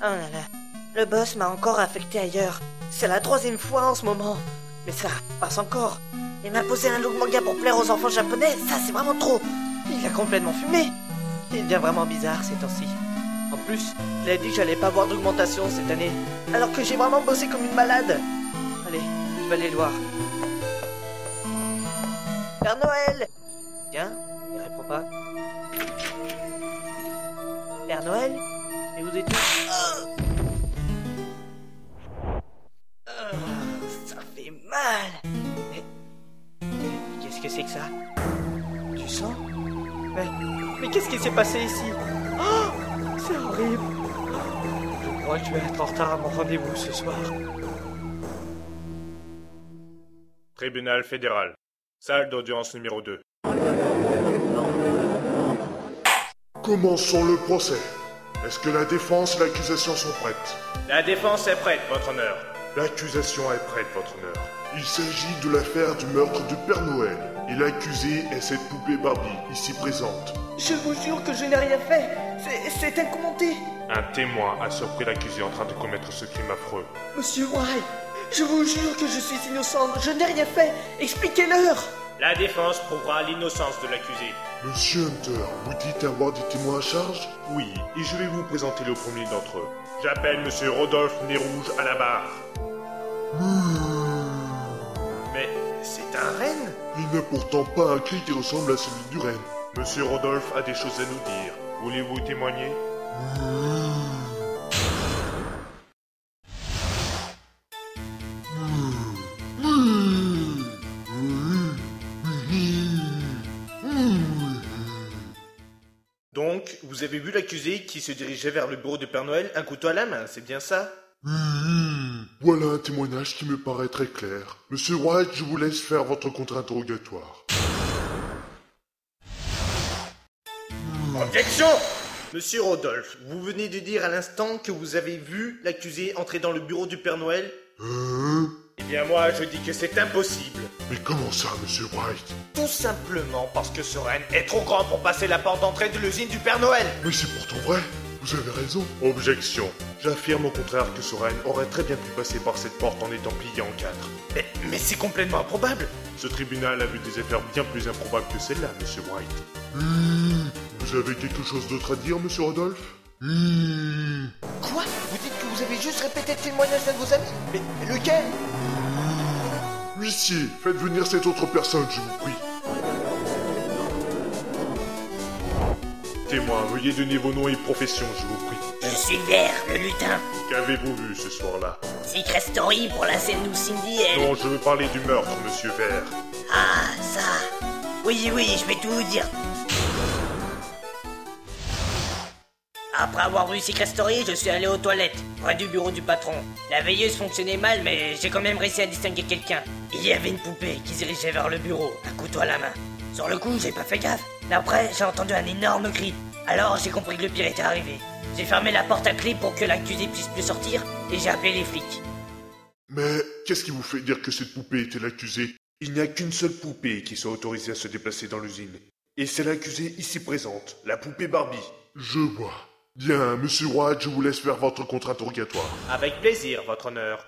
Oh là là. Le boss m'a encore affecté ailleurs. C'est la troisième fois en ce moment. Mais ça, passe encore. Il m'a posé un look manga pour plaire aux enfants japonais, ça c'est vraiment trop. Il a complètement fumé. Il devient vraiment bizarre ces temps-ci. En plus, il a dit que j'allais pas avoir d'augmentation cette année, alors que j'ai vraiment bossé comme une malade. Allez, je vais aller le voir. Père Noël Tiens, il répond pas. Père Noël Et vous êtes Ah, ça fait mal. Mais, mais qu'est-ce que c'est que ça Tu sens Mais, mais qu'est-ce qui s'est passé ici Ah, C'est horrible. Je crois que je vais être en retard à mon rendez-vous ce soir. Tribunal fédéral. Salle d'audience numéro 2. Commençons le procès. Est-ce que la défense et l'accusation sont prêtes La défense est prête, votre honneur. L'accusation est prête, votre honneur. Il s'agit de l'affaire du meurtre du Père Noël. Et l'accusé est cette poupée Barbie, ici présente. Je vous jure que je n'ai rien fait. C'est- C'est incommandé. Un témoin a surpris l'accusé en train de commettre ce crime affreux. Monsieur White, je vous jure que je suis innocente. Je n'ai rien fait. Expliquez-leur. La défense prouvera l'innocence de l'accusé. Monsieur Hunter, vous dites avoir des témoins à charge Oui, et je vais vous présenter le premier d'entre eux. J'appelle Monsieur Rodolphe Nez Rouge à la barre. Mais c'est un renne Il n'a pourtant pas un cri qui ressemble à celui du renne. Monsieur Rodolphe a des choses à nous dire. Voulez-vous témoigner Donc, vous avez vu l'accusé qui se dirigeait vers le bureau de Père Noël, un couteau à la main, c'est bien ça Voilà un témoignage qui me paraît très clair. Monsieur White, je vous laisse faire votre contre-interrogatoire. Objection Monsieur Rodolphe, vous venez de dire à l'instant que vous avez vu l'accusé entrer dans le bureau du Père Noël Hein Eh bien moi, je dis que c'est impossible. Mais comment ça, monsieur White Tout simplement parce que ce renne est trop grand pour passer la porte d'entrée de l'usine du Père Noël. Mais c'est pourtant vrai. Vous avez raison. Objection. J'affirme au contraire que ce renne aurait très bien pu passer par cette porte en étant plié en quatre. Mais, mais c'est complètement improbable. Ce tribunal a vu des affaires bien plus improbables que celle-là, Monsieur White. Vous avez quelque chose d'autre à dire, monsieur Rodolphe Quoi Vous dites que vous avez juste répété le témoignage d'un de vos amis Mais lequel Huissier, faites venir cette autre personne, je vous prie. Témoin, veuillez donner vos noms et professions, je vous prie. Je suis Vert, le lutin. Qu'avez-vous vu ce soir-là Secret Story pour la scène où Cindy elle. Non, je veux parler du meurtre, Monsieur Vert. Ah, ça. Oui, oui, je vais tout vous dire. Après avoir vu Secret Story, je suis allé aux toilettes, près du bureau du patron. La veilleuse fonctionnait mal, mais j'ai quand même réussi à distinguer quelqu'un. Il y avait une poupée qui se dirigeait vers le bureau, un couteau à la main. Sur le coup, j'ai pas fait gaffe, mais après, j'ai entendu un énorme cri. Alors, j'ai compris que le pire était arrivé. J'ai fermé la porte à clé pour que l'accusé puisse plus sortir, et j'ai appelé les flics. Mais qu'est-ce qui vous fait dire que cette poupée était l'accusée Il n'y a qu'une seule poupée qui soit autorisée à se déplacer dans l'usine. Et c'est l'accusée ici présente, la poupée Barbie. Je vois. Bien, monsieur White, je vous laisse faire votre contre-interrogatoire. Avec plaisir, votre honneur.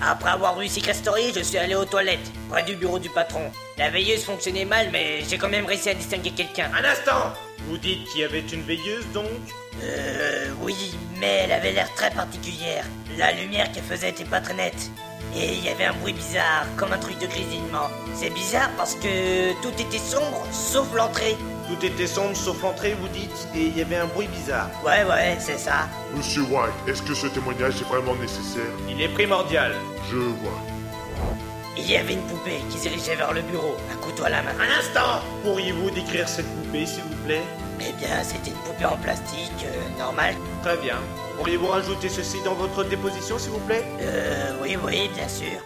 Après avoir vu Secret Story, je suis allé aux toilettes, près du bureau du patron. La veilleuse fonctionnait mal, mais j'ai quand même réussi à distinguer quelqu'un. Un instant Vous dites qu'il y avait une veilleuse donc Euh, oui, mais elle avait l'air très particulière. La lumière qu'elle faisait était pas très nette. Et il y avait un bruit bizarre, comme un truc de grésillement. C'est bizarre parce que tout était sombre, sauf l'entrée. Tout était sombre sauf l'entrée, vous dites, et il y avait un bruit bizarre. Ouais, ouais, c'est ça. Monsieur White, est-ce que ce témoignage est vraiment nécessaire Il est primordial. Je vois. Il y avait une poupée qui se dirigeait vers le bureau, un couteau à la main. Un instant Pourriez-vous décrire cette poupée, s'il vous plaît Eh bien, c'était une poupée en plastique, euh, normale. Très bien. Pourriez-vous rajouter ceci dans votre déposition, s'il vous plaît Euh, oui, oui, bien sûr.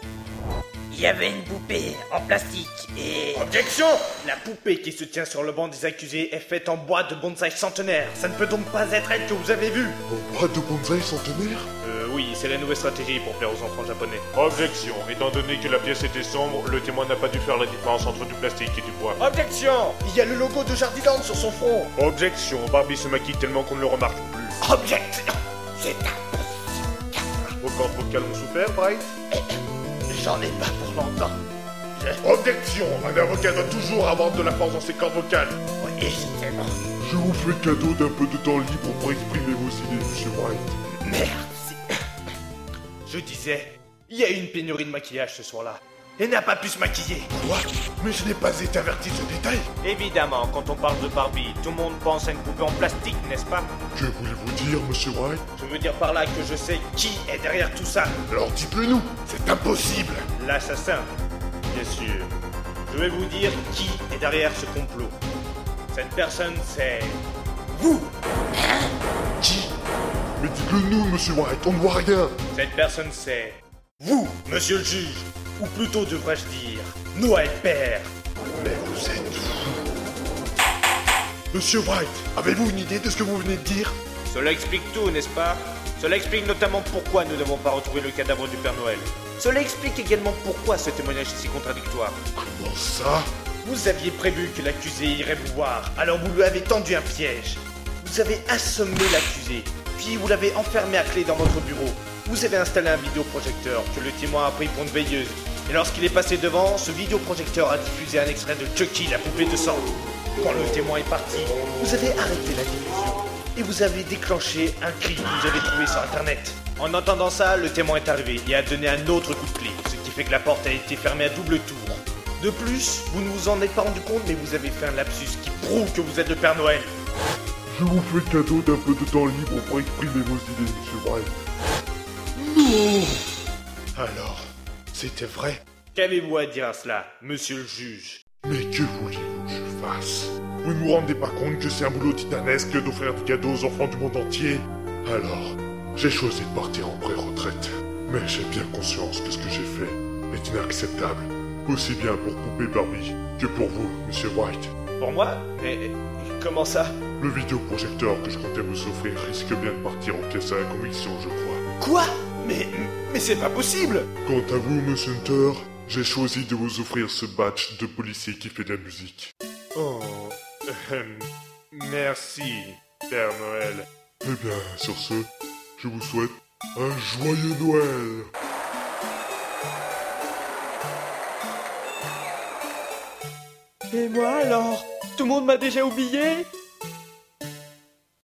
Il y avait une poupée en plastique et. Objection La poupée qui se tient sur le banc des accusés est faite en bois de bonsaï centenaire. Ça ne peut donc pas être elle que vous avez vue Au bras de bonsaï centenaire Euh, oui, c'est la nouvelle stratégie pour plaire aux enfants japonais. Objection, étant donné que la pièce était sombre, le témoin n'a pas dû faire la différence entre du plastique et du bois. Objection Il y a le logo de Jardiland sur son front Objection, Barbie se maquille tellement qu'on ne le remarque plus. Objection C'est impossible. Record vocal en super, Bright J'en ai pas pour longtemps. Je... Objection Un avocat doit toujours avoir de la force dans ses cordes vocales. Oui, justement. Je vous fais cadeau d'un peu de temps libre pour exprimer vos idées, monsieur White. Merci. Je disais, il y a eu une pénurie de maquillage ce soir-là. Et n'a pas pu se maquiller. Quoi Mais je n'ai pas été averti de ce détail Évidemment, quand on parle de Barbie, tout le monde pense à une poupée en plastique, n'est-ce pas Que voulez-vous dire, monsieur White Je veux dire par là que je sais qui est derrière tout ça. Alors dites-le-nous C'est impossible L'assassin, bien sûr. Je vais vous dire qui est derrière ce complot. Cette personne, c'est... Vous Qui Mais dites-le-nous, monsieur White, on ne voit rien Cette personne, c'est... Vous, monsieur le juge Ou plutôt, devrais-je dire, Noël Père Mais vous êtes fou Monsieur White, avez-vous une idée de ce que vous venez de dire Cela explique tout, n'est-ce pas Cela explique notamment pourquoi nous n'avons pas retrouvé le cadavre du Père Noël. Cela explique également pourquoi ce témoignage est si contradictoire. Comment ça Vous aviez prévu que l'accusé irait vous voir, alors vous lui avez tendu un piège. Vous avez assommé l'accusé, puis vous l'avez enfermé à clé dans votre bureau. Vous avez installé un vidéoprojecteur que le témoin a pris pour une veilleuse. Et lorsqu'il est passé devant, ce vidéoprojecteur a diffusé un extrait de Chucky, la poupée de sang. Quand le témoin est parti, vous avez arrêté la diffusion et vous avez déclenché un cri que vous avez trouvé sur Internet. En entendant ça, le témoin est arrivé et a donné un autre coup de clé, ce qui fait que la porte a été fermée à double tour. De plus, vous ne vous en êtes pas rendu compte, mais vous avez fait un lapsus qui prouve que vous êtes le Père Noël. Je vous fais cadeau d'un peu de temps libre pour exprimer vos idées, monsieur White. Alors, c'était vrai Qu'avez-vous à dire à cela, monsieur le juge Mais que voulez-vous que je fasse Vous ne vous rendez pas compte que c'est un boulot titanesque d'offrir des cadeaux aux enfants du monde entier Alors, j'ai choisi de partir en pré-retraite. Mais j'ai bien conscience que ce que j'ai fait est inacceptable. Aussi bien pour Poupée Barbie que pour vous, monsieur White. Pour moi Mais comment ça Le vidéoprojecteur que je comptais vous offrir risque bien de partir en pièces à la conviction, je crois. Quoi Mais mais c'est pas possible Quant à vous, monsieur Hunter, j'ai choisi de vous offrir ce batch de policier qui fait de la musique. Oh. ahem. Merci, Père Noël. Eh bien, sur ce, je vous souhaite un joyeux Noël Et moi alors Tout le monde m'a déjà oublié